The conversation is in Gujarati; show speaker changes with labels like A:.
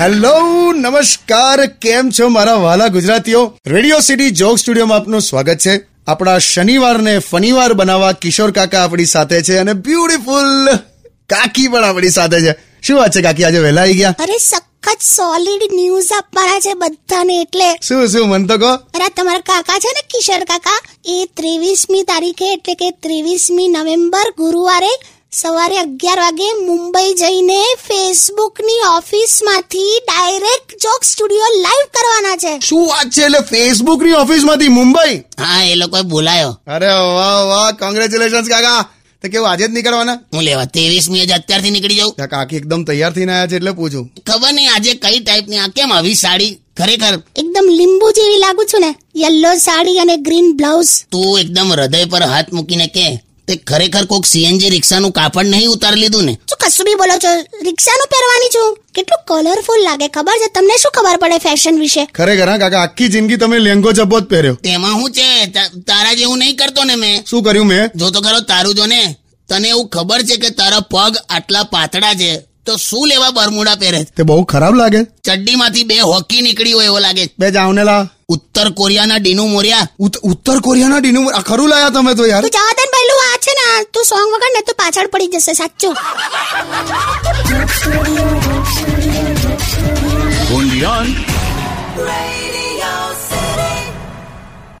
A: હેલો નમસ્કાર કેમ છો મારા વાલા ગુજરાતીઓ રેડિયો સિટી જોક સ્ટુડિયોમાં આપનું સ્વાગત છે આપણા શનિવારને ફનીવાર બનાવવા કિશોર કાકા આપણી સાથે છે અને બ્યુટીફુલ કાકી પણ આપણી સાથે છે શું વાત છે કાકી આજે વહેલા આવી ગયા
B: અરે સખત સોલિડ ન્યૂઝ આપવાના છે બધાને એટલે
A: શું શું મન તો કહો
B: અરે આ તમારા કાકા છે ને કિશોર કાકા એ ત્રેવીસમી તારીખે એટલે કે ત્રેવીસમી નવેમ્બર ગુરુવારે સવારે અગિયાર વાગે મુંબઈ જઈને ફેસબુકની ઓફિસમાંથી ડાયરેક્ટ જોક સ્ટુડિયો લાઈવ કરવાના છે
A: શું વાત છે એટલે ફેસબુકની ઓફિસમાંથી મુંબઈ
C: હા એ લોકોએ બોલાયો
A: અરે વાહ વાહ કોંગ્રેચ્યુલેશન કાકા તો કેવું આજે જ નીકળવાના
C: હું લેવા ત્રેવીસમી જ અત્યારથી નીકળી જાઉં
A: ત્યાં કાકી એકદમ તૈયાર થઈને આવ્યા છે એટલે પૂછું
C: ખબર નહીં આજે કઈ ટાઈપની આ કેમ આવી સાડી ખરેખર
B: એકદમ લીંબુ જેવી લાગુ છું ને યલો સાડી અને ગ્રીન બ્લાઉઝ
C: તું એકદમ હૃદય પર હાથ મૂકીને કે તે ખરેખર કોક સીએનજી રિક્ષાનું કાપડ નહીં ઉતારી લીધું ને
B: શું કશું બી બોલો છો રિક્ષાનું પહેરવાની છું કેટલું કલરફુલ લાગે ખબર છે તમને શું ખબર પડે ફેશન વિશે
A: ખરેખર હા કાકા આખી જિંદગી તમે લેંગો જબ્બો જ પહેર્યો
C: તેમાં શું છે તા- તારા જેવું નહીં કરતો ને મેં
A: શું કર્યું મેં
C: જો તો ખરો તારું જો ને તને એવું ખબર છે કે તારા પગ આટલા પાતળા છે તો શું લેવા બરમુડા પહેરે
A: તે બહુ ખરાબ લાગે
C: ચડ્ડીમાંથી બે હોકી નીકળી હોય એવો લાગે
A: બે જાવને લા
C: ઉત્તર કોરિયાના ડીનુ મોર્યા
A: ઉત- ઉત્તર કોરિયાના ડીનું આ ખરું લાયા તમે તો યાર
B: તું જવા દે ને પહેલું આ છે ને આ તું સોંગ વગર ને તો પાછળ પડી જશે સાચું
D: Undian.
E: Radio